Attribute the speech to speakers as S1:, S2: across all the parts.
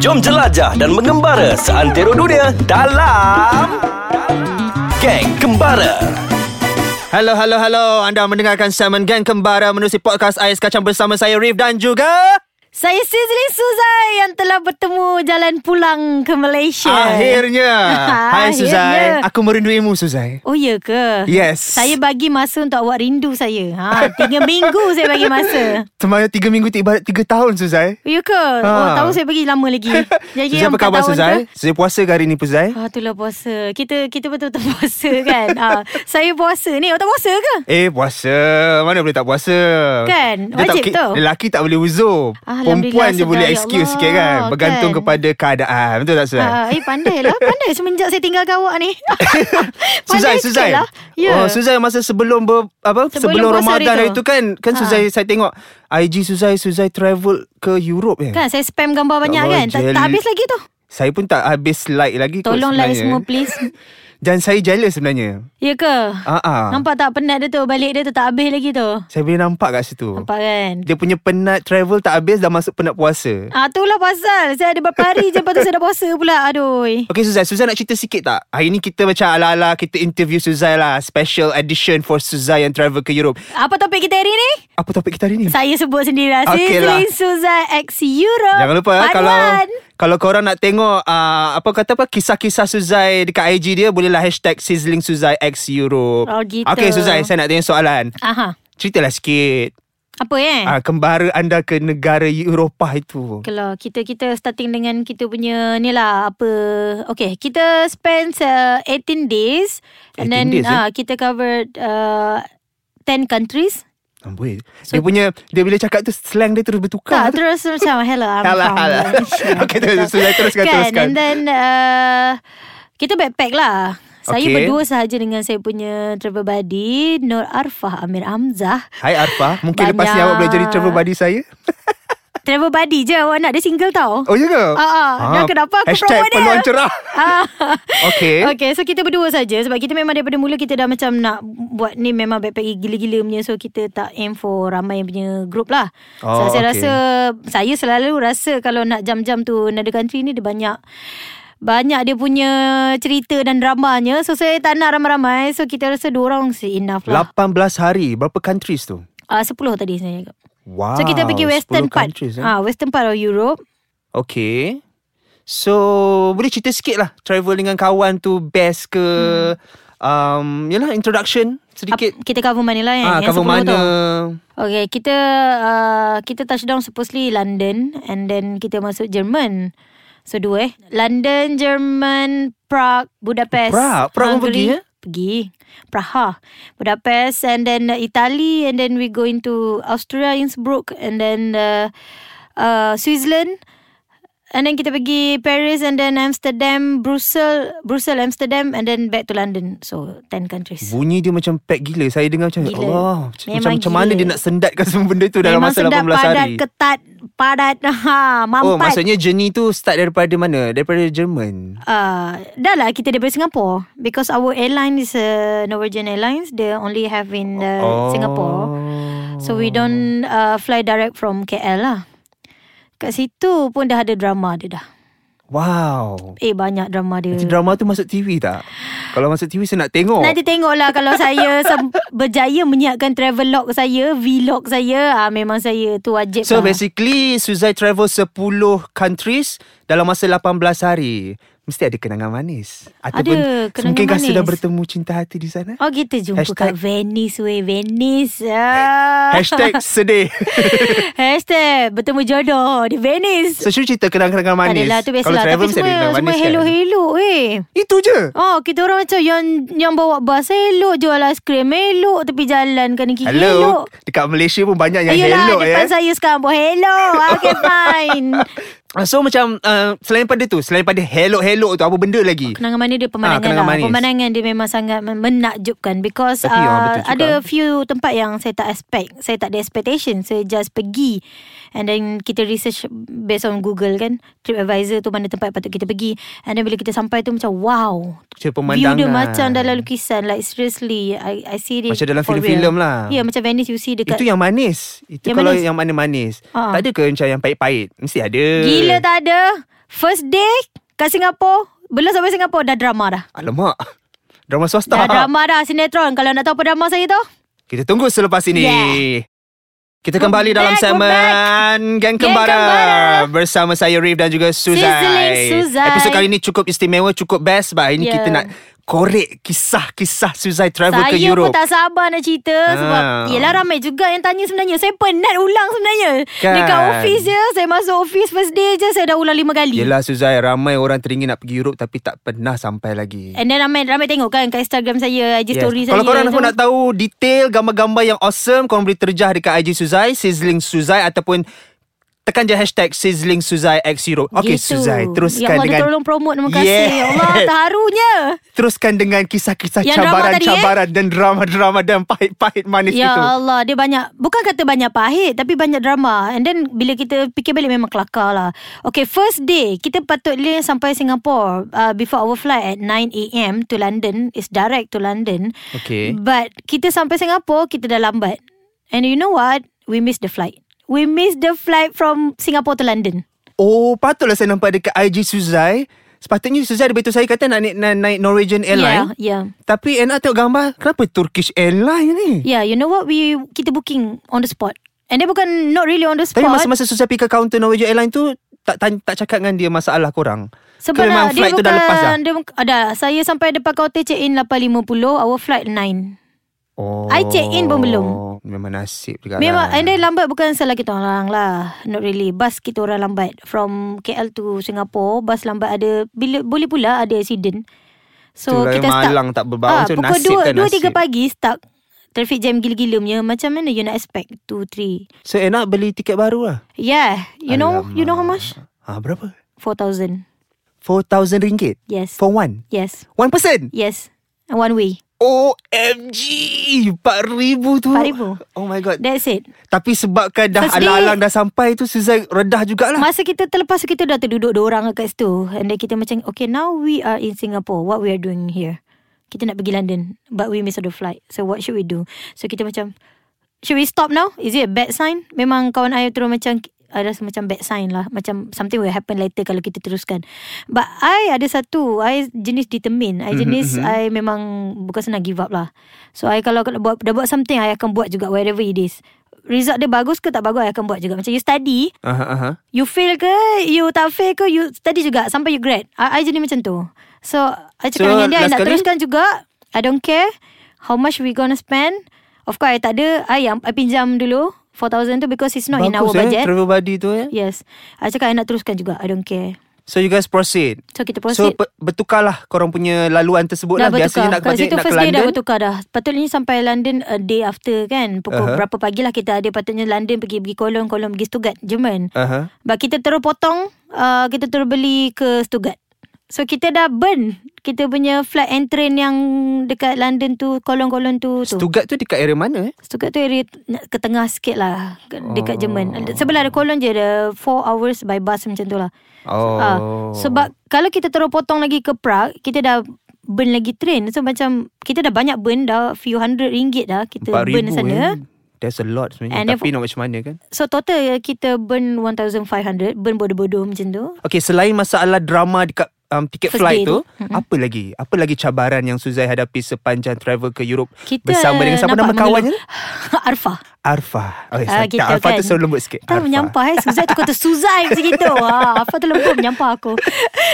S1: Jom jelajah dan mengembara seantero dunia dalam Geng Kembara.
S2: Hello, hello, hello. Anda mendengarkan Salmon Gang Kembara menerusi podcast Ais Kacang bersama saya Rif dan juga...
S3: Saya Sizzling Suzai yang telah bertemu jalan pulang ke Malaysia.
S2: Akhirnya. Hai
S3: Akhirnya.
S2: Suzai. Aku merinduimu Suzai.
S3: Oh ya ke?
S2: Yes.
S3: Saya bagi masa untuk awak rindu saya. Ha, tiga minggu saya bagi masa.
S2: Semalam tiga minggu tiba tiga tahun Suzai.
S3: Oh ya ke? Oh,
S2: Ha.
S3: tahu saya bagi lama lagi. Jadi
S2: Suzai apa
S3: empat
S2: khabar
S3: tahun
S2: Suzai?
S3: ke?
S2: Suzai puasa ke hari ni Suzai?
S3: Ah, itulah puasa. Kita kita betul-betul puasa kan. ha, saya puasa ni. Awak tak puasa ke?
S2: Eh puasa Mana boleh tak puasa
S3: Kan,
S2: Dia
S3: wajib
S2: tak,
S3: tu.
S2: Lelaki tak boleh uzur
S3: Alhamdulillah,
S2: Perempuan je
S3: sedar,
S2: boleh
S3: ya
S2: excuse
S3: Allah,
S2: sikit kan Bergantung
S3: kan.
S2: kepada keadaan Betul tak Suzai?
S3: Ha, eh pandai lah. Pandai semenjak saya tinggal dengan awak ni.
S2: Suzai,
S3: sikit
S2: Suzai.
S3: Lah. Ya.
S2: Oh, Suzai masa sebelum ber, apa? Sebelum,
S3: Sebelum
S2: sebelum
S3: puasa hari
S2: Ramadan
S3: tu.
S2: hari tu kan kan
S3: Ha.
S2: Suzai saya tengok IG Suzai Suzai travel ke Europe eh.
S3: Kan saya spam gambar banyak
S2: Allah,
S3: kan. Tak,
S2: Oh, jeli.
S3: tak habis lagi tu.
S2: Saya pun tak habis like lagi kot
S3: Tolong like
S2: sebenarnya.
S3: semua please.
S2: Dan saya jealous sebenarnya.
S3: Ya ke?
S2: Ah ah.
S3: Nampak tak penat dia tu Balik dia tu tak habis lagi tu
S2: Saya boleh nampak kat situ.
S3: Nampak kan?
S2: Dia punya penat travel tak habis dah masuk penat puasa.
S3: Ah itulah pasal Saya ada berapa hari je Lepas tu saya dah puasa pula Aduh
S2: Okay Suzai, Suzai nak cerita sikit tak? Hari ni kita macam ala-ala kita interview Suzai lah. Special edition for Suzai yang travel ke Europe.
S3: Apa topik kita hari ni?
S2: Apa topik kita hari ni?
S3: Saya sebut sendiri lah
S2: Okey
S3: okay
S2: lah.
S3: Sizzling Suzai X Europe
S2: Jangan lupa eh,
S3: Part
S2: kalau
S3: one.
S2: kalau korang nak tengok uh, apa kata apa kisah-kisah Suzai dekat IG dia bolehlah hashtag sizzling Suzai X Europe.
S3: Oh, gitu.
S2: Okay Suzai, saya nak tanya soalan.
S3: Aha
S2: Ceritalah sikit
S3: Apa eh?
S2: uh, kembara anda ke negara Eropah itu.
S3: Kalau kita kita starting dengan kita punya ni lah apa okay kita spend uh, 18 days and
S2: 18
S3: then
S2: days, eh?
S3: ah, kita cover uh, 10 countries
S2: Amboi. So, dia punya dia bila cakap tu slang dia terus bertukar.
S3: tak terus macam hello
S2: Alah,
S3: I'm from
S2: alah.
S3: Malaysia."
S2: Okay, terus- teruskan, teruskan,
S3: kan?
S2: teruskan.
S3: and then uh, kita backpack lah saya
S2: Okay.
S3: berdua sahaja dengan saya punya travel buddy Nur Arfah Amir Hamzah
S2: Hai Arfa, mungkin lepas ni
S3: Banyak.
S2: awak boleh jadi travel buddy saya.
S3: Travel buddy je awak nak dia single tau
S2: Oh ya ke?
S3: Ah, ah. Dah kenapa aku
S2: Hashtag
S3: promote dia?
S2: peluang cerah.
S3: Ah.
S2: Okay.
S3: Okay so kita berdua saja Sebab kita memang daripada mula Kita dah macam nak Buat ni memang backpack gila-gila punya So kita tak aim for Ramai yang punya group lah
S2: Oh,
S3: So saya
S2: okay.
S3: rasa Saya selalu rasa Kalau nak jam-jam tu Another country ni dia banyak banyak dia punya cerita dan dramanya So saya tak nak ramai-ramai So kita rasa dua orang si enough lah
S2: 18 hari Berapa countries tu?
S3: uh, Sepuluh tadi saya cakap
S2: Wow
S3: So kita pergi
S2: 10
S3: western part
S2: countries, eh?
S3: ah Western part of Europe
S2: Okay So Boleh cerita sikit lah Travel dengan kawan tu Best ke hmm. um, Yelah introduction
S3: Ap,
S2: Sedikit
S3: Kita cover mana lah eh
S2: Ah,
S3: Yang
S2: Cover
S3: 10
S2: mana
S3: tu. Okay, kita uh, kita touchdown supposedly London and then kita masuk Jerman. So dua eh. London, Jerman, Prague, Budapest.
S2: Prague? Prague pun pergi, eh?
S3: Pergi. Praha, Budapest and then uh, Italy and then we go into Austria, Innsbruck and then uh, uh, Switzerland. And then kita pergi Paris and then Amsterdam, Brussels, Brussels, Amsterdam and then back to London. So 10 countries.
S2: Bunyi dia macam pack gila Saya dengar macam
S3: Gila.
S2: Allah macam, macam,
S3: Memang
S2: macam mana
S3: gila.
S2: dia nak sendatkan semua benda tu Dalam
S3: Memang
S2: masa 18
S3: sedap padat,
S2: hari
S3: ketat, padat, ha, mampat.
S2: Oh maksudnya journey tu Start daripada mana? Daripada Jerman
S3: Uh, dah lah kita daripada Singapore because our airline is uh, Norwegian Airlines they only have in uh,
S2: Oh.
S3: Singapore so we don't uh, fly direct from KL lah kat situ pun dah ada drama dia dah
S2: Wow
S3: eh banyak drama dia
S2: Nanti drama tu masuk TV tak? Kalau masuk TV saya nak tengok
S3: Nanti tengok lah kalau saya sem- berjaya menyiapkan travel log saya, vlog saya, ah memang saya tu wajib
S2: So
S3: lah.
S2: basically Suzai travel 10 countries Dalam masa 18 hari Mesti ada kenangan manis
S3: Ada kenangan
S2: Mungkin
S3: manis.
S2: sudah bertemu cinta hati di sana
S3: Oh kita jumpa
S2: Hashtag-
S3: kat Venice weh, Venice. Ah.
S2: Hashtag sedih
S3: Hashtag bertemu jodoh di Venice.
S2: So sure cerita kenangan-kenangan
S3: Tak
S2: manis
S3: adalah tu biasalah
S2: Kalau travel
S3: Tapi
S2: mesti ada
S3: semua,
S2: kenangan
S3: semua
S2: manis kan
S3: hello-hello eh
S2: Itu je
S3: Oh kita orang macam yang yang bawa bas elok jual aiskrim elok tepi jalan kanan kiri
S2: Hello
S3: elok.
S2: Dekat Malaysia pun banyak yang
S3: Ayolah
S2: hello eh
S3: depan saya sekarang buat hello. Okay fine.
S2: So macam uh, Selain pada tu Selain pada hello-hello tu Apa benda lagi?
S3: Kenangan mana dia
S2: Ah,
S3: pemandangan,
S2: kenangan
S3: lah.
S2: manis.
S3: Pemandangan dia memang sangat men- menakjubkan because
S2: Tapi, ah, betul
S3: uh,
S2: juga.
S3: ada few tempat yang saya tak expect. Saya tak ada expectation. Saya just pergi and then kita research based on Google kan. TripAdvisor tu mana tempat patut kita pergi. And then bila kita sampai tu macam wow.
S2: Macam
S3: View
S2: pemandangan
S3: dia macam dalam lukisan Like seriously I, I see it
S2: Macam dalam
S3: for
S2: filem-filem
S3: real.
S2: lah.
S3: Ya yeah, macam Venice you see dekat
S2: Itu yang manis Itu
S3: Yang
S2: kalau
S3: manis.
S2: yang mana manis
S3: Ah.
S2: Tak ada ke macam yang pahit-pahit Mesti ada
S3: Gila tak ada First day kat Singapura, belum sampai Singapura dah drama dah.
S2: Alamak. Drama swasta.
S3: Dah drama dah sinetron. Kalau nak tahu apa drama saya tu?
S2: Kita tunggu selepas ini.
S3: Yeah.
S2: Kita kembali
S3: We're
S2: dalam
S3: back, we're
S2: segmen Gang
S3: Gang
S2: Kembara.
S3: Kembara.
S2: bersama saya Rif dan juga Suzai.
S3: Sizzling Suzai.
S2: Episod kali ini cukup istimewa, cukup best. Bah, ini
S3: Yeah.
S2: kita nak korek kisah-kisah Suzai travel
S3: Saya
S2: ke Europe.
S3: pun tak sabar nak cerita sebab
S2: Ah.
S3: yelah ramai juga yang tanya sebenarnya. Saya penat ulang sebenarnya.
S2: Kan.
S3: Dekat office je, saya masuk office first day je saya dah ulang lima kali.
S2: Yelah Suzai, ramai orang teringin nak pergi Europe tapi tak pernah sampai lagi.
S3: And then ramai, ramai tengok kan kat Instagram saya, IG story saya.
S2: Kalau korang
S3: So,
S2: pun nak tahu detail gambar-gambar yang awesome, korang boleh terjah dekat IG Suzai, Sizzling Suzai ataupun tekan je hashtag Sizzling Suzai X Europe. Okay
S3: gitu.
S2: Suzai,
S3: Ya
S2: teruskan
S3: Allah,
S2: dengan
S3: dia tolong promote. Terima kasih.
S2: Yes.
S3: Ya Allah, terharunya.
S2: Teruskan dengan kisah-kisah
S3: Yang drama tadi, eh?
S2: cabaran-cabaran dan drama-drama dan pahit-pahit manis
S3: Ya
S2: itu.
S3: Allah, dia banyak bukan kata banyak pahit tapi banyak drama. And then bila kita fikir balik memang kelakar lah. Okay, first day kita patutnya sampai Singapore uh, before our flight at 9 am to London is direct to London.
S2: Okay.
S3: But kita sampai Singapore kita dah lambat. And you know what? We missed the flight. We missed the flight from Singapore to London.
S2: Oh, patutlah saya nampak dekat IG Suzai. Sepatutnya Suzai ada betul saya kata nak naik, na- naik Norwegian Airline.
S3: Yeah, yeah.
S2: Tapi Anna tengok gambar, kenapa Turkish Airline ni?
S3: Yeah, you know what? We kita booking on the spot. And dia bukan not really on the spot.
S2: Tapi masa-masa Suzai pergi ke kaunter Norwegian Airline tu, tak tanya, tak cakap dengan dia masalah korang. Ke
S3: Sebab
S2: memang
S3: dah- dia
S2: flight tu dah lepas dah?
S3: Dia, bukan- ada, saya sampai depan kaunter check in 8.50, our flight 9.
S2: Oh.
S3: I check in pun belum.
S2: Memang nasib juga
S3: Memang,
S2: lah.
S3: and then lambat bukan salah kita orang lah. Not really. Bus kita orang lambat. From KL to Singapore, bus lambat ada, bila, boleh pula ada accident. So,
S2: Itulah
S3: kita
S2: yang
S3: stuck. Ah,
S2: malang tak berbau. So,
S3: pukul
S2: nasib kan nasib.
S3: tiga pagi stuck. Traffic jam gila-gila punya. Macam mana you nak expect? 2, 3.
S2: So, Anna beli tiket baru lah.
S3: Yeah. You know, you know how much?
S2: Ha, berapa?
S3: 4,000.
S2: RM4,000 ringgit
S3: Yes.
S2: for one.
S3: Yes.
S2: One person.
S3: Yes. One way.
S2: OMG 4000 tu
S3: 4,000.
S2: Oh my god
S3: That's it.
S2: Tapi sebabkan dah
S3: First day-
S2: alang-alang dah sampai tu Suzai redah jugalah
S3: Masa kita terlepas kita dah terduduk dua orang kat situ. And then kita macam okay now we are in Singapore. What we are doing here? Kita nak pergi London but we missed the flight. So what should we do? So kita macam should we stop now? Is it a bad sign? Memang kawan I terus macam I rasa macam bad sign lah Macam something will happen later Kalau kita teruskan But I ada satu I jenis determined I jenis I memang Bukan senang give up lah So I kalau kalau buat, dah buat something I akan buat juga Wherever it is Result dia bagus ke tak bagus I akan buat juga Macam you study
S2: Aha, aha.
S3: You fail ke You tak fail ke You study juga Sampai you grad I, I jadi macam tu So I cakap
S2: So,
S3: so, dengan dia I
S2: last
S3: nak
S2: kali?
S3: teruskan juga I don't care How much we gonna spend Of course I tak ada I, yang- I pinjam dulu 4,000 tu Because it's not in our
S2: Bagus eh
S3: budget
S2: Travel buddy tu eh
S3: Yes I cakap I nak teruskan juga I don't care
S2: So you guys proceed
S3: So kita
S2: So
S3: proceed
S2: pe- bertukarlah korang punya laluan tersebut
S3: Dah
S2: lah Biasanya
S3: bertukar
S2: nak,
S3: Kat
S2: kerja,
S3: situ
S2: nak ke
S3: first day dah
S2: London
S3: bertukar dah Patutnya sampai London A day after kan Pukul
S2: Aha.
S3: berapa pagi lah kita ada Patutnya London pergi pergi Kolon Kolon pergi Stuttgart Jerman
S2: Aha.
S3: But kita terus potong uh, Kita terus beli ke Stuttgart So kita dah burn Kita punya flight and train yang Dekat London tu Kolon-kolon tu tu
S2: Stuttgart tu dekat area mana eh?
S3: Stuttgart tu area nak ke tengah sikit lah ke-
S2: Oh.
S3: Dekat Jerman Sebelah ada kolon je Ada 4 hours by bus macam tu lah
S2: Oh
S3: Ah, Sebab kalau kita terus potong lagi ke Prague Kita dah burn lagi train So macam Kita dah banyak burn dah Few hundred ringgit dah Kita
S2: 4000
S3: burn sana
S2: eh. That's a lot sebenarnya
S3: And if-
S2: Tapi nak macam mana kan
S3: So total kita burn 1,500 Burn bodoh-bodoh macam tu
S2: Okay selain masalah drama dekat um, tiket
S3: First
S2: flight
S3: day
S2: tu,
S3: tu.
S2: apa lagi? Apa lagi cabaran yang Suzai hadapi sepanjang travel ke Europe
S3: Kita
S2: bersama dengan siapa nama
S3: nampak
S2: kawannya?
S3: mengeluh. Arfa
S2: Arfa. Okay, uh,
S3: Ah, gitu
S2: Arfa
S3: kan.
S2: tu selalu lembut sikit.
S3: Tak menyampah eh Suzai tu kata Suzai macam gitu ha, Apa tu lembut menyampah aku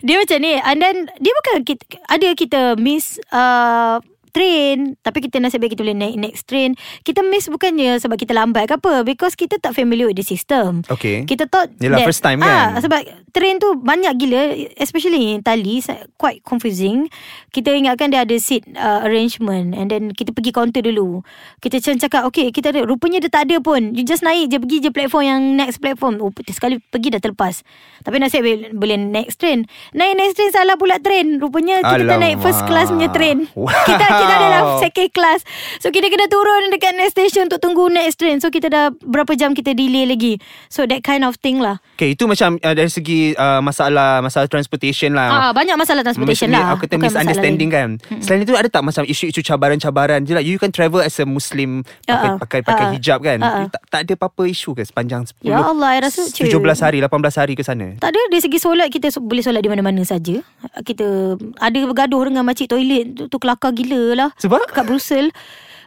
S3: Dia macam ni And then Dia bukan kita, Ada kita miss uh, Train Tapi kita nasib baik kita boleh naik next train Kita miss bukannya Sebab kita lambat ke apa Because kita tak familiar with the system
S2: Okay.
S3: Kita thought
S2: Yelah,
S3: that,
S2: first time
S3: ah,
S2: kan?
S3: Sebab train tu banyak gila Especially in Itali sa- Quite confusing Kita ingatkan dia ada seat uh, arrangement And then kita pergi counter dulu Kita macam cakap Okay kita ada Rupanya dia tak ada pun You just naik je Pergi je platform yang next platform oh, Sekali pergi dah terlepas Tapi nasib baik boleh next train Naik next train salah pula train Rupanya kita tak naik
S2: Alamak.
S3: first class punya train
S2: Wah.
S3: Kita kita ada dalam
S2: Wow.
S3: second class So kita kena turun dekat next station Untuk tunggu next train So kita dah berapa jam kita delay lagi So that kind of thing lah
S2: Okay itu macam uh, Dari segi uh, masalah Masalah transportation lah
S3: Ah, Banyak masalah transportation lah
S2: Aku kata
S3: Bukan masalah
S2: misunderstanding
S3: lain.
S2: kan hmm. Selain itu ada tak Macam isu-isu cabaran-cabaran je lah You can travel as a Muslim Pakai
S3: Ah, ah.
S2: pakai, pakai
S3: Ah, ah.
S2: hijab kan
S3: Ah, ah.
S2: tak, tak ada apa-apa isu ke Sepanjang 10
S3: Ya Allah, I rasa je.
S2: 17 hari 18 hari ke sana
S3: Tak ada dari segi solat kita so- boleh solat di mana-mana saja. Kita ada bergaduh dengan makcik toilet tu, tu kelakar gila lah.
S2: Sebab?
S3: Kat Brussels,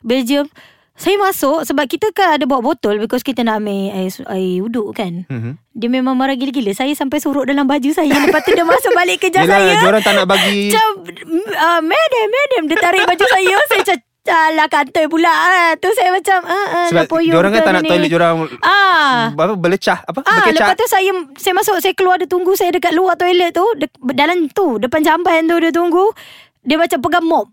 S3: Belgium. Saya masuk sebab kita kan ada bawa botol because kita nak ambil air, su- air uduk kan.
S2: Mhm.
S3: Dia memang marah gila-gila. Saya sampai sorok dalam baju saya. Lepas tu dia masuk balik kejar
S2: Yelah,
S3: saya.
S2: diorang tak nak bagi-
S3: Macam, uh, madam, madam. Dia tarik baju saya. Saya macam, alah kantoi pula. Ah. Tu saya macam, ah, ah,
S2: Sebab
S3: nak poyong
S2: diorang kan
S3: ke
S2: tak nak
S3: ni?"
S2: toilet diorang
S3: Ah.
S2: Apa belecah Apa
S3: Ah,
S2: berkecak.
S3: lepas tu saya saya masuk, saya keluar dia tunggu saya dekat luar toilet tu, de, dalam tu, depan jamban tu dia tunggu. Dia macam pegang mop.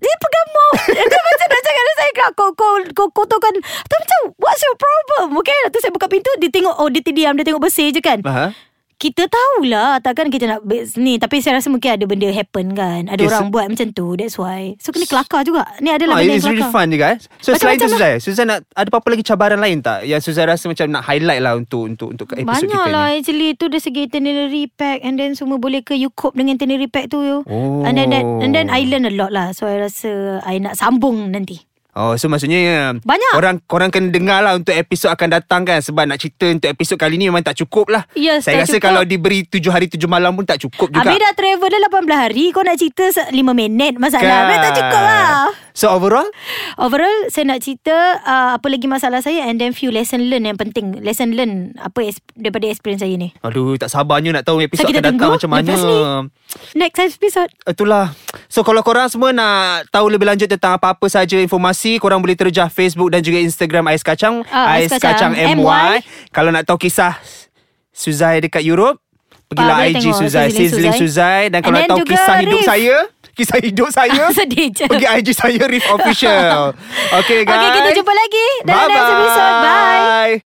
S3: Dia pegang mop. dia macam nak cakap dengan saya kau kau kau, kau kotorkan. Tapi macam what's your problem? Okay, lepas tu saya buka pintu, dia tengok oh dia diam, dia tengok bersih je kan.
S2: Aha.
S3: Kita tahulah takkan kita nak be- ni tapi saya rasa mungkin ada benda happen kan. Ada
S2: Okay,
S3: orang
S2: so-
S3: buat macam tu. That's why. So kena kelakar juga. Ni adalah
S2: Ah,
S3: lah benda yang
S2: it's really
S3: kelakar.
S2: fun juga eh. So
S3: Macam-macam
S2: selain tu
S3: lah.
S2: Suzai, Suzai nak ada apa-apa lagi cabaran lain tak yang Suzai rasa macam nak highlight lah untuk untuk untuk kat episod
S3: Banyak
S2: kita
S3: lah
S2: ni?
S3: actually Tu dari segi itinerary pack And then semua boleh ke You cope dengan itinerary pack tu you
S2: Oh.
S3: And then that, And then I learn a lot lah So I rasa I nak sambung nanti
S2: Oh, so maksudnya
S3: Banyak.
S2: Orang korang kena dengar lah untuk episod akan datang kan sebab nak cerita untuk episod kali ni memang tak cukup lah.
S3: Yes,
S2: Saya
S3: tak
S2: rasa
S3: cukup.
S2: kalau diberi 7 hari 7 malam pun tak cukup juga.
S3: Habis dah travel dah 18 hari Kau nak cerita 5 minit Masalah Habis tak cukup lah
S2: Kan? So overall,
S3: Overall Saya nak cerita uh, Apa lagi masalah saya And then few lesson learn Yang penting Lesson learn Apa es- daripada experience saya ni
S2: aduh tak sabarnya nak tahu episod
S3: So, kita
S2: akan datang
S3: tunggu
S2: macam mana.
S3: lepas ni. Next episode
S2: Itulah So kalau korang semua nak Tahu lebih lanjut tentang Apa-apa saja informasi Korang boleh terjah Facebook Dan juga Instagram Ais Kacang
S3: Ah, Ais Kacang
S2: MY.
S3: MY.
S2: Kalau nak tahu kisah Suzai dekat Europe
S3: Ah,
S2: Pergilah
S3: boleh
S2: IG
S3: tengok,
S2: Suzai
S3: Sizzling
S2: Sizzling Suzai Dan kalau
S3: And
S2: nak
S3: then
S2: tahu
S3: juga
S2: Kisah hidup
S3: Rif.
S2: saya Kisah hidup saya
S3: Sedih je
S2: Pergi IG saya Rif Official Okay guys
S3: Okay kita jumpa lagi Dalam next episode Bye
S2: Bye